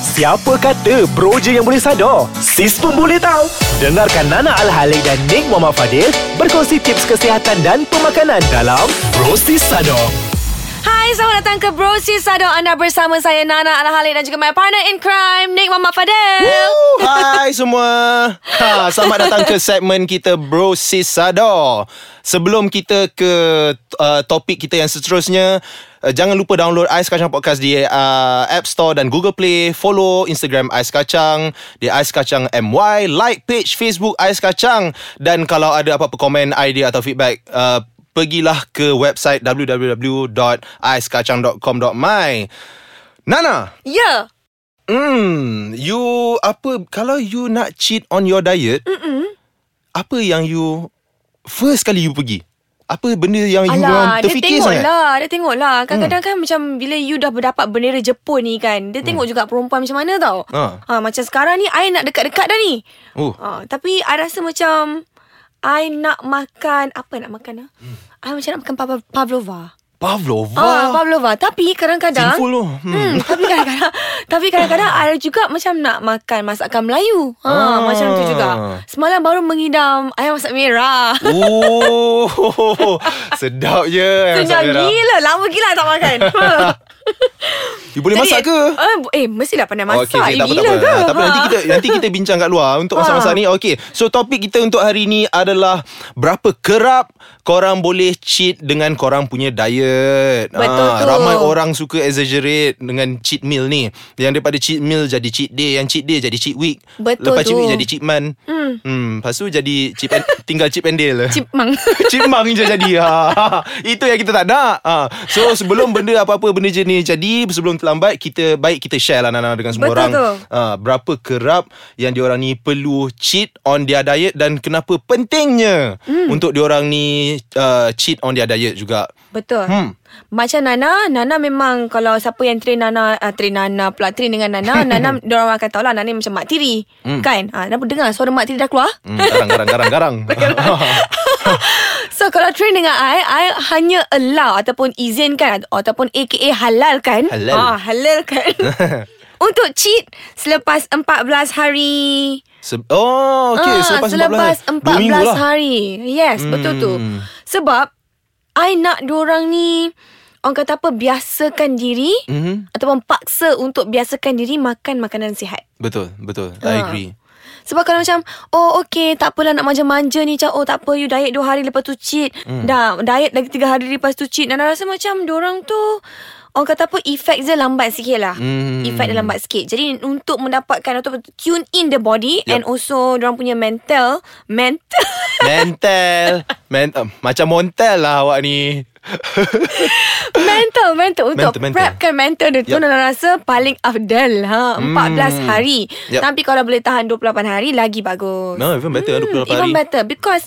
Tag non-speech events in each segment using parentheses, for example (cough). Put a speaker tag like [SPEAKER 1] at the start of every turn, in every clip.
[SPEAKER 1] Siapa kata bro je yang boleh sadar? Sis pun boleh tahu. Dengarkan Nana Al-Halik dan Nick Muhammad Fadil berkongsi tips kesihatan dan pemakanan dalam Bro Sis Sadar.
[SPEAKER 2] Hai, selamat datang ke Brosis Sado Anda bersama saya Nana Al-Halik dan juga my partner in crime Nick Mama Fadel.
[SPEAKER 3] Woo! Hai semua ha, Selamat datang ke segmen kita Bro Sis Sador Sebelum kita ke uh, topik kita yang seterusnya uh, Jangan lupa download Ais Kacang Podcast di uh, App Store dan Google Play Follow Instagram Ais Kacang Di Ais Kacang MY Like page Facebook Ais Kacang Dan kalau ada apa-apa komen, idea atau feedback uh, Pergilah ke website www.aiskacang.com.my Nana
[SPEAKER 2] Ya. Yeah.
[SPEAKER 3] Hmm, you apa kalau you nak cheat on your diet? Mm-mm. Apa yang you first kali you pergi? Apa benda yang Eh,
[SPEAKER 2] Alah,
[SPEAKER 3] you orang
[SPEAKER 2] dia
[SPEAKER 3] terfikir
[SPEAKER 2] tengok
[SPEAKER 3] sangat? Hmm.
[SPEAKER 2] lah. Dia tengok lah. Kadang-kadang kan macam bila you dah berdapat bendera Jepun ni kan. Dia tengok juga perempuan macam mana tau.
[SPEAKER 3] Hmm.
[SPEAKER 2] ha
[SPEAKER 3] Ha.
[SPEAKER 2] macam sekarang ni, I nak dekat-dekat dah ni.
[SPEAKER 3] Oh.
[SPEAKER 2] Ha, tapi I rasa macam, I nak makan, apa nak makan? Ha?
[SPEAKER 3] Hmm.
[SPEAKER 2] I macam nak makan pa- pavlova.
[SPEAKER 3] Pavlova.
[SPEAKER 2] Ah, Pavlova. Tapi kadang-kadang...
[SPEAKER 3] Sinful tu.
[SPEAKER 2] Hmm. tapi
[SPEAKER 3] (laughs)
[SPEAKER 2] kadang-kadang tapi kadang-kadang ada juga macam nak makan masakan Melayu. Ha,
[SPEAKER 3] Ah.
[SPEAKER 2] macam tu juga. Semalam baru mengidam ayam masak merah.
[SPEAKER 3] Oh, (laughs) sedap je.
[SPEAKER 2] (laughs)
[SPEAKER 3] ayam masak
[SPEAKER 2] Sedap
[SPEAKER 3] merah.
[SPEAKER 2] gila. Lama gila tak
[SPEAKER 3] (laughs)
[SPEAKER 2] makan.
[SPEAKER 3] You boleh masak ke?
[SPEAKER 2] Uh, eh, mestilah pandai
[SPEAKER 3] Oh,
[SPEAKER 2] masak. Okay,
[SPEAKER 3] tak apa,
[SPEAKER 2] gila
[SPEAKER 3] tak apa.
[SPEAKER 2] ke?
[SPEAKER 3] Ah, tak apa, nanti
[SPEAKER 2] Ha.
[SPEAKER 3] kita nanti kita bincang kat luar untuk
[SPEAKER 2] Ha.
[SPEAKER 3] masak-masak ni. Okey. So topik kita untuk hari ni adalah berapa kerap korang boleh cheat dengan korang punya diet. Ah,
[SPEAKER 2] Betul tu.
[SPEAKER 3] ramai orang suka exaggerate dengan cheat meal ni. Yang daripada cheat meal jadi cheat day, yang cheat day jadi cheat week.
[SPEAKER 2] Betul
[SPEAKER 3] Lepas
[SPEAKER 2] tu.
[SPEAKER 3] cheat week jadi cheat month. Hmm. hmm. Lepas tu jadi chip and, (laughs) tinggal chip and dale.
[SPEAKER 2] Cipmang.
[SPEAKER 3] (laughs) Cimang je jadi ha. (laughs) Itu yang kita tak nak ha. So sebelum benda apa-apa Benda je ni jadi Sebelum terlambat Kita baik kita share lah Nana Dengan semua
[SPEAKER 2] Betul
[SPEAKER 3] orang
[SPEAKER 2] tu.
[SPEAKER 3] ha, Berapa kerap Yang diorang ni perlu Cheat on their diet Dan kenapa pentingnya hmm. Untuk diorang ni uh, Cheat on their diet juga
[SPEAKER 2] (laughs) Betul.
[SPEAKER 3] Hmm.
[SPEAKER 2] Macam Nana, Nana memang kalau siapa yang train Nana, uh, train Nana pula, train dengan
[SPEAKER 3] (laughs)
[SPEAKER 2] Nana, Nana orang akan tahu lah Nana ni macam mak tiri. Kan? Ha, kenapa dengar suara mak tiri dah keluar?
[SPEAKER 3] hmm, Garang garang garang
[SPEAKER 2] (laughs)
[SPEAKER 3] garang
[SPEAKER 2] So kalau train dengan I I hanya allow Ataupun izinkan Ataupun AKA halalkan
[SPEAKER 3] Halal.
[SPEAKER 2] ah,
[SPEAKER 3] (laughs)
[SPEAKER 2] Halalkan Untuk cheat Selepas 14 hari
[SPEAKER 3] (laughs) Se- Oh
[SPEAKER 2] Ah,
[SPEAKER 3] okay Selepas 14
[SPEAKER 2] selepas ha- 14,
[SPEAKER 3] Dua minggu lah
[SPEAKER 2] hari Yes hmm. betul tu
[SPEAKER 3] Hmm.
[SPEAKER 2] Sebab I nak diorang ni Orang kata apa Biasakan diri
[SPEAKER 3] Mhm.
[SPEAKER 2] Ataupun paksa untuk biasakan diri Makan makanan sihat
[SPEAKER 3] Betul Betul
[SPEAKER 2] Ah.
[SPEAKER 3] I agree
[SPEAKER 2] sebab kalau macam Oh okay Tak apalah nak manja-manja ni Macam oh tak apa You diet 2 hari Lepas tu cheat hmm. Dah diet lagi 3 hari Lepas tu cheat Dan I rasa macam Diorang tu Orang kata apa Efek dia lambat sikit lah
[SPEAKER 3] Hmm.
[SPEAKER 2] Efek dia lambat sikit Jadi untuk mendapatkan Atau tune in the body yep. And also Diorang punya mental Mental (laughs)
[SPEAKER 3] Mental Men- (laughs) uh, Macam montel lah awak ni
[SPEAKER 2] Mental Mental Untuk
[SPEAKER 3] Mental, mental.
[SPEAKER 2] prepkan mental dia tu
[SPEAKER 3] Yep.
[SPEAKER 2] Nana rasa paling afdal ha, 14
[SPEAKER 3] Hmm.
[SPEAKER 2] hari
[SPEAKER 3] Yep.
[SPEAKER 2] Tapi kalau boleh tahan 28 hari Lagi bagus
[SPEAKER 3] No, even better hmm, 28
[SPEAKER 2] Even
[SPEAKER 3] hari.
[SPEAKER 2] better Because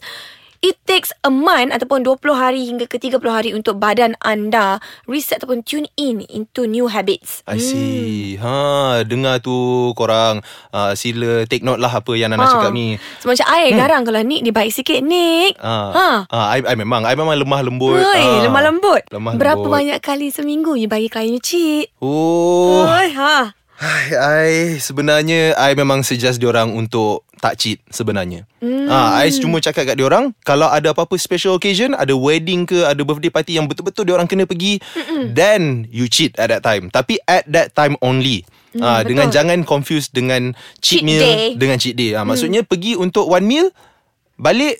[SPEAKER 2] It takes a month ataupun 20 hari hingga ke 30 hari untuk badan anda reset ataupun tune in into new habits.
[SPEAKER 3] I see. Hmm. Ha, dengar tu korang uh, sila take note lah apa yang Nana ha. cakap ni. Hmm.
[SPEAKER 2] Sebab macam I garang kalau Nick dia baik sikit Nick.
[SPEAKER 3] Ha.
[SPEAKER 2] Ha.
[SPEAKER 3] ha. I, I memang I memang lemah lembut.
[SPEAKER 2] Oi,
[SPEAKER 3] ha.
[SPEAKER 2] lemah lembut.
[SPEAKER 3] Lemah
[SPEAKER 2] Berapa
[SPEAKER 3] lembut.
[SPEAKER 2] banyak kali seminggu you bagi klien you cheat?
[SPEAKER 3] Oh.
[SPEAKER 2] Oi, ha.
[SPEAKER 3] Hai, I sebenarnya I memang suggest diorang untuk tak cheat sebenarnya.
[SPEAKER 2] Hmm.
[SPEAKER 3] Mm. Ha, I cuma cakap kat diorang kalau ada apa-apa special occasion, ada wedding ke, ada birthday party yang betul-betul diorang kena pergi, Mm-mm. then you cheat at that time. Tapi at that time only. Mm, ha, dengan
[SPEAKER 2] Hmm, betul.
[SPEAKER 3] jangan confuse dengan
[SPEAKER 2] Cheat
[SPEAKER 3] cheat, meal
[SPEAKER 2] day. Hmm.
[SPEAKER 3] dengan cheat day. Ha, maksudnya pergi untuk one meal, balik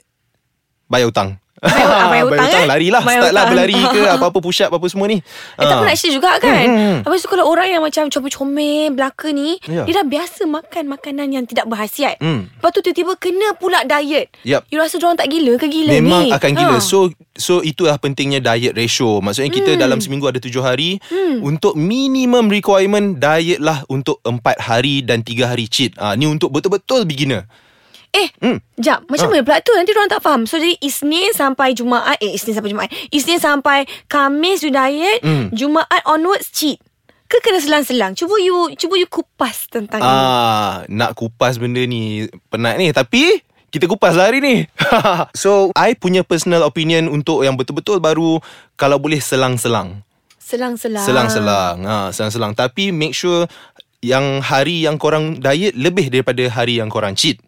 [SPEAKER 3] bayar hutang. (laughs)
[SPEAKER 2] Bayar- bayar hutang, eh?
[SPEAKER 3] lari lah
[SPEAKER 2] Bayar
[SPEAKER 3] Start lah
[SPEAKER 2] hutang.
[SPEAKER 3] berlari
[SPEAKER 2] (laughs)
[SPEAKER 3] ke Apa-apa push up Apa semua ni
[SPEAKER 2] Eh,
[SPEAKER 3] Ah.
[SPEAKER 2] tak pun nak cerita juga kan
[SPEAKER 3] Hmm, hmm.
[SPEAKER 2] Habis tu kalau orang yang macam Comel-comel belaka ni
[SPEAKER 3] Ya.
[SPEAKER 2] Dia dah biasa makan makanan yang tidak berhasiat
[SPEAKER 3] Hmm.
[SPEAKER 2] Lepas tu tiba-tiba kena pula diet
[SPEAKER 3] Yap.
[SPEAKER 2] You rasa diorang tak gila ke gila
[SPEAKER 3] Memang
[SPEAKER 2] ni? Ha.
[SPEAKER 3] akan gila. So so itulah pentingnya diet ratio. Maksudnya kita
[SPEAKER 2] Hmm.
[SPEAKER 3] dalam seminggu ada tujuh hari. Untuk minimum requirement diet lah untuk empat hari dan tiga hari cheat. Ah ha, ni untuk betul-betul beginner.
[SPEAKER 2] Eh,
[SPEAKER 3] Hmm.
[SPEAKER 2] jap. Macam mana pula tu? Nanti orang tak faham. So, jadi Isnin sampai Jumaat. Eh, Isnin sampai Jumaat. Isnin sampai Kamis you diet.
[SPEAKER 3] Hmm.
[SPEAKER 2] Jumaat onwards cheat. Ke kena selang-selang? Cuba you cuba you kupas tentang ini.
[SPEAKER 3] Ah, nak kupas benda ni penat ni tapi kita kupas lah hari ni. (laughs) so, I punya personal opinion untuk yang betul-betul baru kalau boleh selang-selang.
[SPEAKER 2] Selang-selang.
[SPEAKER 3] Selang-selang. Ha, selang-selang. Tapi make sure yang hari yang korang diet lebih daripada hari yang korang cheat.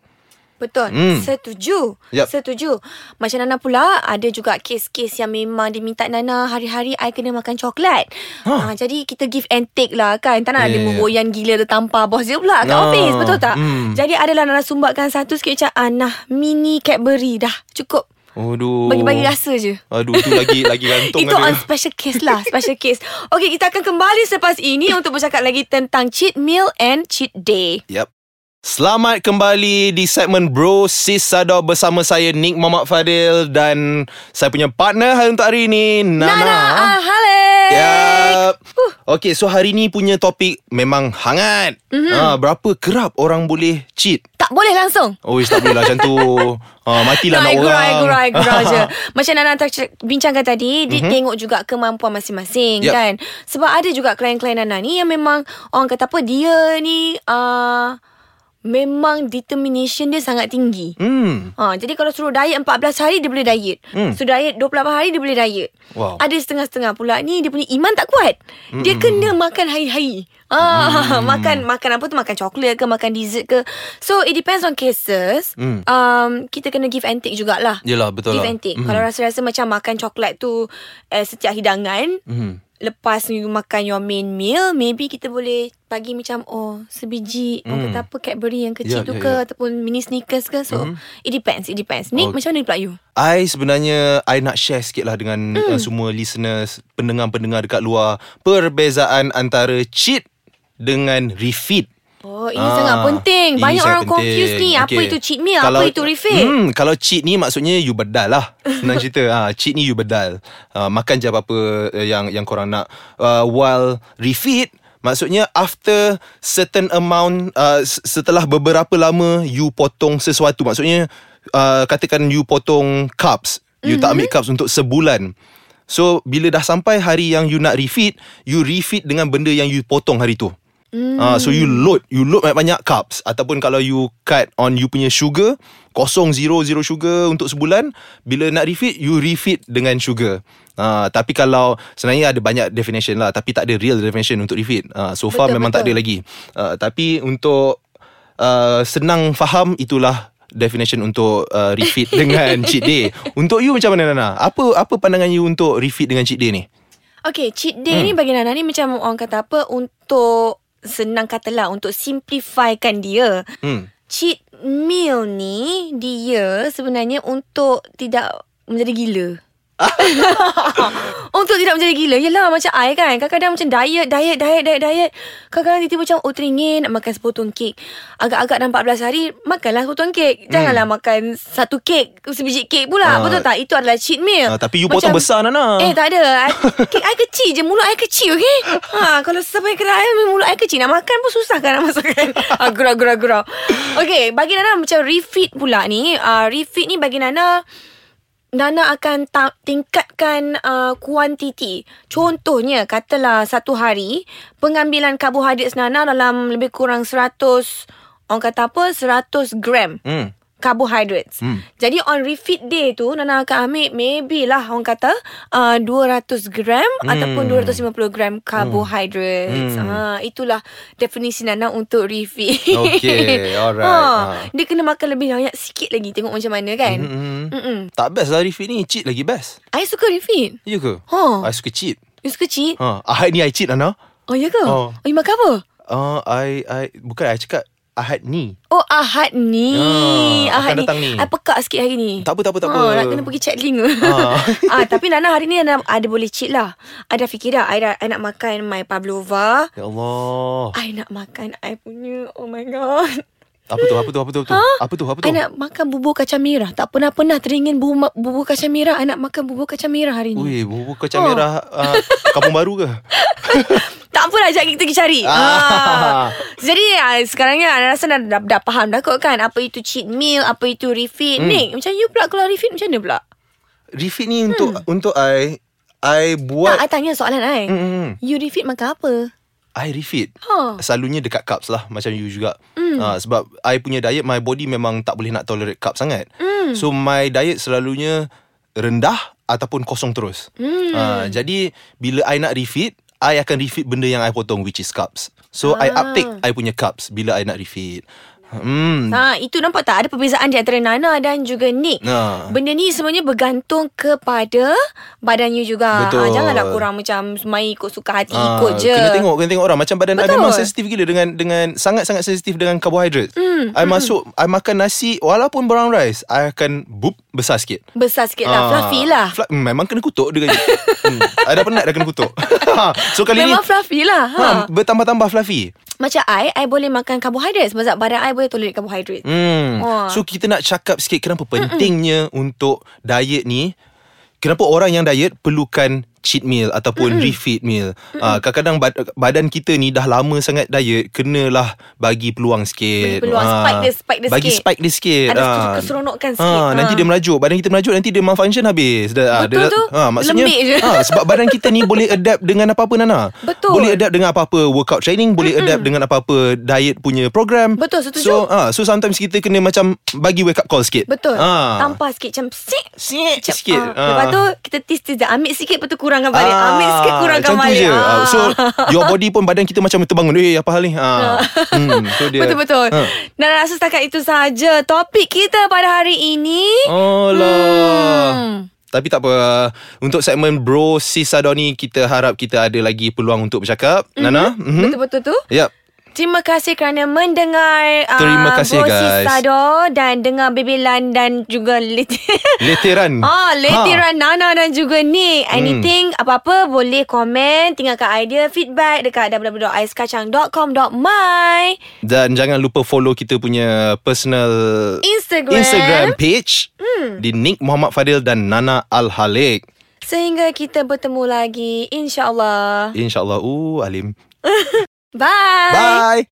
[SPEAKER 2] Betul. Mm.
[SPEAKER 3] Hmm.
[SPEAKER 2] Setuju.
[SPEAKER 3] Yap.
[SPEAKER 2] Setuju. Macam Nana pula, ada juga kes-kes yang memang dia minta Nana hari-hari I kena makan coklat.
[SPEAKER 3] Huh.
[SPEAKER 2] Ha. jadi kita give and take lah kan. Tak nak yeah, ada
[SPEAKER 3] Yeah, yeah, yeah.
[SPEAKER 2] memboyan gila dia tampar bos dia pula kat
[SPEAKER 3] Ah,
[SPEAKER 2] office. Betul tak?
[SPEAKER 3] hmm.
[SPEAKER 2] Jadi adalah Nana sumbatkan satu sikit macam, ah, nah, mini Cadbury dah. Cukup.
[SPEAKER 3] Aduh.
[SPEAKER 2] Bagi-bagi rasa je.
[SPEAKER 3] Aduh tu lagi (laughs) lagi gantung
[SPEAKER 2] Itu
[SPEAKER 3] ada.
[SPEAKER 2] on special case lah Special case Okay kita akan kembali selepas ini Untuk bercakap lagi tentang Cheat meal and cheat day
[SPEAKER 3] Yep. Selamat kembali di segmen Bro Sis Sador bersama saya Nick Muhammad Fadil dan saya punya partner hari untuk hari ini Nana. Ya.
[SPEAKER 2] Nana ah, Al-Halik
[SPEAKER 3] Yep. Okay, so hari ni punya topik memang hangat.
[SPEAKER 2] Mhm.
[SPEAKER 3] Mm-hmm. Ha, berapa kerap orang boleh cheat?
[SPEAKER 2] Tak boleh langsung
[SPEAKER 3] Oh, tak boleh lah macam
[SPEAKER 2] (laughs)
[SPEAKER 3] tu. Ha, matilah nak
[SPEAKER 2] gurau,
[SPEAKER 3] orang.
[SPEAKER 2] I gurau, I gurau
[SPEAKER 3] (laughs)
[SPEAKER 2] je Macam Nana tak cer- bincangkan tadi
[SPEAKER 3] Mhm.
[SPEAKER 2] Dia mm-hmm. tengok juga kemampuan masing-masing
[SPEAKER 3] Yep.
[SPEAKER 2] yep. kan Sebab ada juga klien-klien Nana ni Yang memang orang kata apa Dia ni uh, Memang determination dia sangat tinggi
[SPEAKER 3] Hmm.
[SPEAKER 2] Ha, jadi kalau suruh diet 14 hari dia boleh diet. Hmm. Suruh diet 28 hari dia boleh diet.
[SPEAKER 3] Wow. Hmm.
[SPEAKER 2] Ada setengah-setengah pula ni dia punya iman tak kuat. Dia kena makan hari-hari. Ah, (laughs) makan makan apa tu makan coklat ke makan dessert ke. So it depends on cases.
[SPEAKER 3] Hmm.
[SPEAKER 2] Um kita kena give and take jugalah.
[SPEAKER 3] Yelah, betul
[SPEAKER 2] give
[SPEAKER 3] lah.
[SPEAKER 2] and take.
[SPEAKER 3] Mhm.
[SPEAKER 2] Kalau rasa-rasa macam makan coklat tu eh, setiap hidangan
[SPEAKER 3] Hmm.
[SPEAKER 2] lepas you makan your main meal maybe kita boleh bagi macam oh sebiji mm. orang kata apa Cadbury yang
[SPEAKER 3] Ya,
[SPEAKER 2] kecil yeah, tu yeah, ke
[SPEAKER 3] Mhm. ya, ya. Mhm.
[SPEAKER 2] yeah. ataupun mini sneakers ke so mm. it depends it depends Nick
[SPEAKER 3] Oh.
[SPEAKER 2] oh. macam mana pula you
[SPEAKER 3] I sebenarnya I nak share sikit lah dengan mm. uh, semua listeners, pendengar-pendengar dekat luar perbezaan antara cheat dengan refit.
[SPEAKER 2] oh ini sangat penting
[SPEAKER 3] Ah. ini
[SPEAKER 2] banyak
[SPEAKER 3] sangat
[SPEAKER 2] orang
[SPEAKER 3] penting.
[SPEAKER 2] confused ni apa
[SPEAKER 3] Okey.
[SPEAKER 2] itu cheat meal apa itu refit
[SPEAKER 3] Hmm, kalau cheat ni maksudnya you bedal lah. Senang cerita. Ha, cheat ni you bedal. Ha, makan je apa-apa eh, yang yang korang nak. Uh, while refit Maksudnya after certain amount uh, s- setelah beberapa lama you potong sesuatu maksudnya uh, katakan you potong cups
[SPEAKER 2] Mhm.
[SPEAKER 3] you mm-hmm. tak ambil cups untuk sebulan so bila dah sampai hari yang you nak refit you refit dengan benda yang you potong hari tu Mm. Uh, so you load You load banyak-banyak carbs Ataupun kalau you cut on you punya sugar Kosong, zero, zero sugar untuk sebulan Bila nak refit You refit dengan sugar uh, Tapi kalau Sebenarnya ada banyak definition lah Tapi tak ada real definition untuk refit uh, So far
[SPEAKER 2] Betul,
[SPEAKER 3] memang tak
[SPEAKER 2] betul.
[SPEAKER 3] ada lagi uh, Tapi untuk uh, Senang faham Itulah definition untuk uh,
[SPEAKER 2] (laughs)
[SPEAKER 3] refit dengan cheat day Untuk you macam mana Nana? Apa apa pandangan you untuk refit dengan cheat day ni?
[SPEAKER 2] Okay, cheat day hmm. ni bagi Nana ni macam orang kata apa untuk senang katalah untuk simplifikan dia.
[SPEAKER 3] Hmm.
[SPEAKER 2] Cheat meal ni dia sebenarnya untuk tidak menjadi gila. untuk tidak menjadi gila Yelah macam I kan Kadang-kadang macam diet Diet diet diet diet Kadang-kadang tiba-tiba macam Oh teringin nak makan sepotong kek Agak-agak dah 14 hari Makanlah sepotong kek Janganlah makan Satu kek Sebiji kek pula
[SPEAKER 3] Hmm. Ah.
[SPEAKER 2] Betul tak Itu adalah cheat meal
[SPEAKER 3] Ah, tapi you potong besar, Nana.
[SPEAKER 2] Eh tak
[SPEAKER 3] (laughs)
[SPEAKER 2] ada I, Kek I kecil je Mulut I kecil okay ha, Kalau sampai kena I Mulut I kecil Nak makan pun susah kan Nak (laughs) masukkan ha, Gurau gurau gurau Okay Bagi Nana macam refit pula ni uh, Refit ni bagi Nana Nana akan ta- tingkatkan uh, kuantiti. Contohnya, katalah satu hari, pengambilan karbohidrat Nana dalam lebih kurang 100, orang kata apa, 100 gram
[SPEAKER 3] Hmm.
[SPEAKER 2] carbohydrates. Hmm.
[SPEAKER 3] Hmm.
[SPEAKER 2] Jadi on refit day tu Nana akan ambil maybe lah orang kata uh, 200 gram hmm. ataupun 250 gram carbohydrates. Hmm. Ha itulah definisi Nana untuk refit. (laughs)
[SPEAKER 3] Okay, alright. Ha.
[SPEAKER 2] Dia kena makan lebih banyak sikit lagi tengok macam mana kan.
[SPEAKER 3] Mm-mm.
[SPEAKER 2] Mm-mm.
[SPEAKER 3] Tak best lah refit ni Cheat lagi best
[SPEAKER 2] I suka refit.
[SPEAKER 3] Ya ke?
[SPEAKER 2] Ha.
[SPEAKER 3] I suka cheat
[SPEAKER 2] You suka cheat?
[SPEAKER 3] ha. Ahad ni I cheat Ana
[SPEAKER 2] Oh ya ke? Oh.
[SPEAKER 3] Oh.
[SPEAKER 2] you makan apa?
[SPEAKER 3] uh, I, I Bukan I cakap Ahad ni
[SPEAKER 2] Oh Ahad ni
[SPEAKER 3] Ah,
[SPEAKER 2] Ahad
[SPEAKER 3] akan datang ni.
[SPEAKER 2] I pekak sikit hari ni
[SPEAKER 3] Tak apa, tak apa, tak
[SPEAKER 2] Ah,
[SPEAKER 3] apa.
[SPEAKER 2] Nak kena pergi check link
[SPEAKER 3] Ah.
[SPEAKER 2] (laughs) ah. Tapi Nana hari ni Nana ada boleh cheat lah I dah fikir dah I, dah, I nak makan my pavlova
[SPEAKER 3] Ya Allah
[SPEAKER 2] I nak makan I punya Oh my god
[SPEAKER 3] Apa tu, apa tu, apa tu, apa tu?
[SPEAKER 2] Ha?
[SPEAKER 3] Apa tu, apa tu
[SPEAKER 2] I nak makan bubur kacang merah Tak pernah-pernah teringin bubur, bubur kacang merah I nak makan bubur kacang merah hari ni
[SPEAKER 3] Ui, bubur kacang
[SPEAKER 2] Oh.
[SPEAKER 3] merah uh, Kampung
[SPEAKER 2] (laughs)
[SPEAKER 3] baru ke?
[SPEAKER 2] Tak apalah Sekejap kita pergi cari ah.
[SPEAKER 3] Ah.
[SPEAKER 2] Jadi ah, sekarang ni Ana rasa dah, dah, dah faham dah kot kan Apa itu cheat meal Apa itu refit hmm. Nick macam you pula Kalau refit macam mana pula
[SPEAKER 3] Refit ni untuk
[SPEAKER 2] Hmm.
[SPEAKER 3] Untuk I I buat
[SPEAKER 2] Tak I tanya soalan I
[SPEAKER 3] Mm-mm.
[SPEAKER 2] You refit makan apa
[SPEAKER 3] I refit
[SPEAKER 2] Ha.
[SPEAKER 3] Selalunya dekat carbs lah Macam you juga
[SPEAKER 2] Hmm.
[SPEAKER 3] mm. uh, Sebab I punya diet My body memang tak boleh nak tolerate carbs sangat
[SPEAKER 2] Hmm.
[SPEAKER 3] mm. So my diet
[SPEAKER 2] Hmm.
[SPEAKER 3] selalunya Rendah Ataupun kosong terus mm. uh, Jadi Ah, Bila I nak refit I akan refit benda yang I potong which is cups. So I
[SPEAKER 2] Ah.
[SPEAKER 3] uptake I punya cups bila I nak refit. Hmm.
[SPEAKER 2] Ha, itu nampak tak ada perbezaan di antara Nana dan juga Nick.
[SPEAKER 3] Ha.
[SPEAKER 2] Benda ni sebenarnya bergantung kepada badan you juga.
[SPEAKER 3] Betul.
[SPEAKER 2] Ha, janganlah korang macam main ikut suka hati,
[SPEAKER 3] Ah,
[SPEAKER 2] ikut je.
[SPEAKER 3] Kena tengok Kena tengok orang Macam badan Betul. I
[SPEAKER 2] Betul.
[SPEAKER 3] memang sensitif gila Dengan dengan Sangat-sangat sensitif Dengan karbohidrat mm,
[SPEAKER 2] Hmm.
[SPEAKER 3] I masuk I makan nasi Walaupun brown rice I akan Boop Besar sikit
[SPEAKER 2] Besar sikit lah,
[SPEAKER 3] Ah,
[SPEAKER 2] fluffy lah.
[SPEAKER 3] fla- mm, Memang kena kutuk dia kata. hmm. I dah penat dah kena
[SPEAKER 2] (laughs)
[SPEAKER 3] kutuk Ha, So kali
[SPEAKER 2] Memang
[SPEAKER 3] ni
[SPEAKER 2] fluffy lah. Ha.
[SPEAKER 3] ha, Bertambah-tambah fluffy
[SPEAKER 2] Macam I, I boleh makan karbohidrat sebab badan I boleh tolerate karbohidrat.
[SPEAKER 3] Hmm.
[SPEAKER 2] Wah.
[SPEAKER 3] So kita nak cakap sikit kenapa pentingnya Mm-mm. untuk diet ni. Kenapa orang yang diet perlukan cheat meal ataupun Mm-mm. refeed meal. Ah kadang-kadang bad- badan kita ni dah lama sangat diet, kenalah bagi peluang sikit.
[SPEAKER 2] Bagi peluang,
[SPEAKER 3] Ah,
[SPEAKER 2] spike dia, spike dia
[SPEAKER 3] bagi
[SPEAKER 2] sikit.
[SPEAKER 3] spike dia sikit.
[SPEAKER 2] Ada
[SPEAKER 3] Ah.
[SPEAKER 2] keseronokan
[SPEAKER 3] Ah,
[SPEAKER 2] sikit.
[SPEAKER 3] nanti
[SPEAKER 2] Ah.
[SPEAKER 3] dia merajuk. Badan kita merajuk nanti dia malfunction habis. Dah, ah,
[SPEAKER 2] Betul
[SPEAKER 3] dia,
[SPEAKER 2] tu.
[SPEAKER 3] ah, maksudnya
[SPEAKER 2] Lembik je.
[SPEAKER 3] ah, sebab badan kita ni boleh adapt dengan apa-apa Nana.
[SPEAKER 2] Betul.
[SPEAKER 3] Boleh adapt dengan apa-apa workout training, boleh adapt dengan apa-apa diet punya program.
[SPEAKER 2] Betul, setuju.
[SPEAKER 3] So Ah, so sometimes kita kena macam bagi wake up call sikit.
[SPEAKER 2] Betul.
[SPEAKER 3] Ah.
[SPEAKER 2] Tampar sikit macam sik.
[SPEAKER 3] sikit
[SPEAKER 2] Macam,
[SPEAKER 3] sikit. Ha.
[SPEAKER 2] ah. Lepas tu kita tis-tis dia Ambil sikit Lepas tu kurangkan balik
[SPEAKER 3] Ah,
[SPEAKER 2] Ambil sikit kurangkan
[SPEAKER 3] macam tu
[SPEAKER 2] balik
[SPEAKER 3] je.
[SPEAKER 2] Ah.
[SPEAKER 3] Ah,
[SPEAKER 2] (laughs)
[SPEAKER 3] So your body pun badan kita macam terbangun. Eh apa hal ni?
[SPEAKER 2] (laughs)
[SPEAKER 3] Ah. hmm, so dia.
[SPEAKER 2] Betul-betul
[SPEAKER 3] Ah.
[SPEAKER 2] Dan rasa setakat itu saja Topik kita pada hari ini
[SPEAKER 3] Oh lah.
[SPEAKER 2] Hmm.
[SPEAKER 3] Tapi tak apa Untuk segmen Bro Sis Adoni Kita harap kita ada lagi peluang untuk bercakap
[SPEAKER 2] Mhm.
[SPEAKER 3] mm-hmm. Nana mm-hmm.
[SPEAKER 2] Betul-betul tu
[SPEAKER 3] Yep
[SPEAKER 2] Terima kasih kerana mendengar ah,
[SPEAKER 3] Terima kasih,
[SPEAKER 2] Bro Sis
[SPEAKER 3] guys.
[SPEAKER 2] Sado Dan dengar Bebelan Dan juga Leti (laughs)
[SPEAKER 3] Leteran
[SPEAKER 2] Oh
[SPEAKER 3] ha. Hmm.
[SPEAKER 2] Letiran Nana dan juga Nick Anything Apa-apa boleh komen Tinggalkan idea Feedback Dekat www.aiskacang.com.my
[SPEAKER 3] Dan jangan lupa follow kita punya Personal
[SPEAKER 2] Instagram. Hmm.
[SPEAKER 3] Instagram page mm. Di Nick Muhammad Fadil Dan Nana Al-Halik
[SPEAKER 2] Sehingga kita bertemu lagi InsyaAllah
[SPEAKER 3] InsyaAllah Uh Alim
[SPEAKER 2] Ah. Bye
[SPEAKER 3] Bye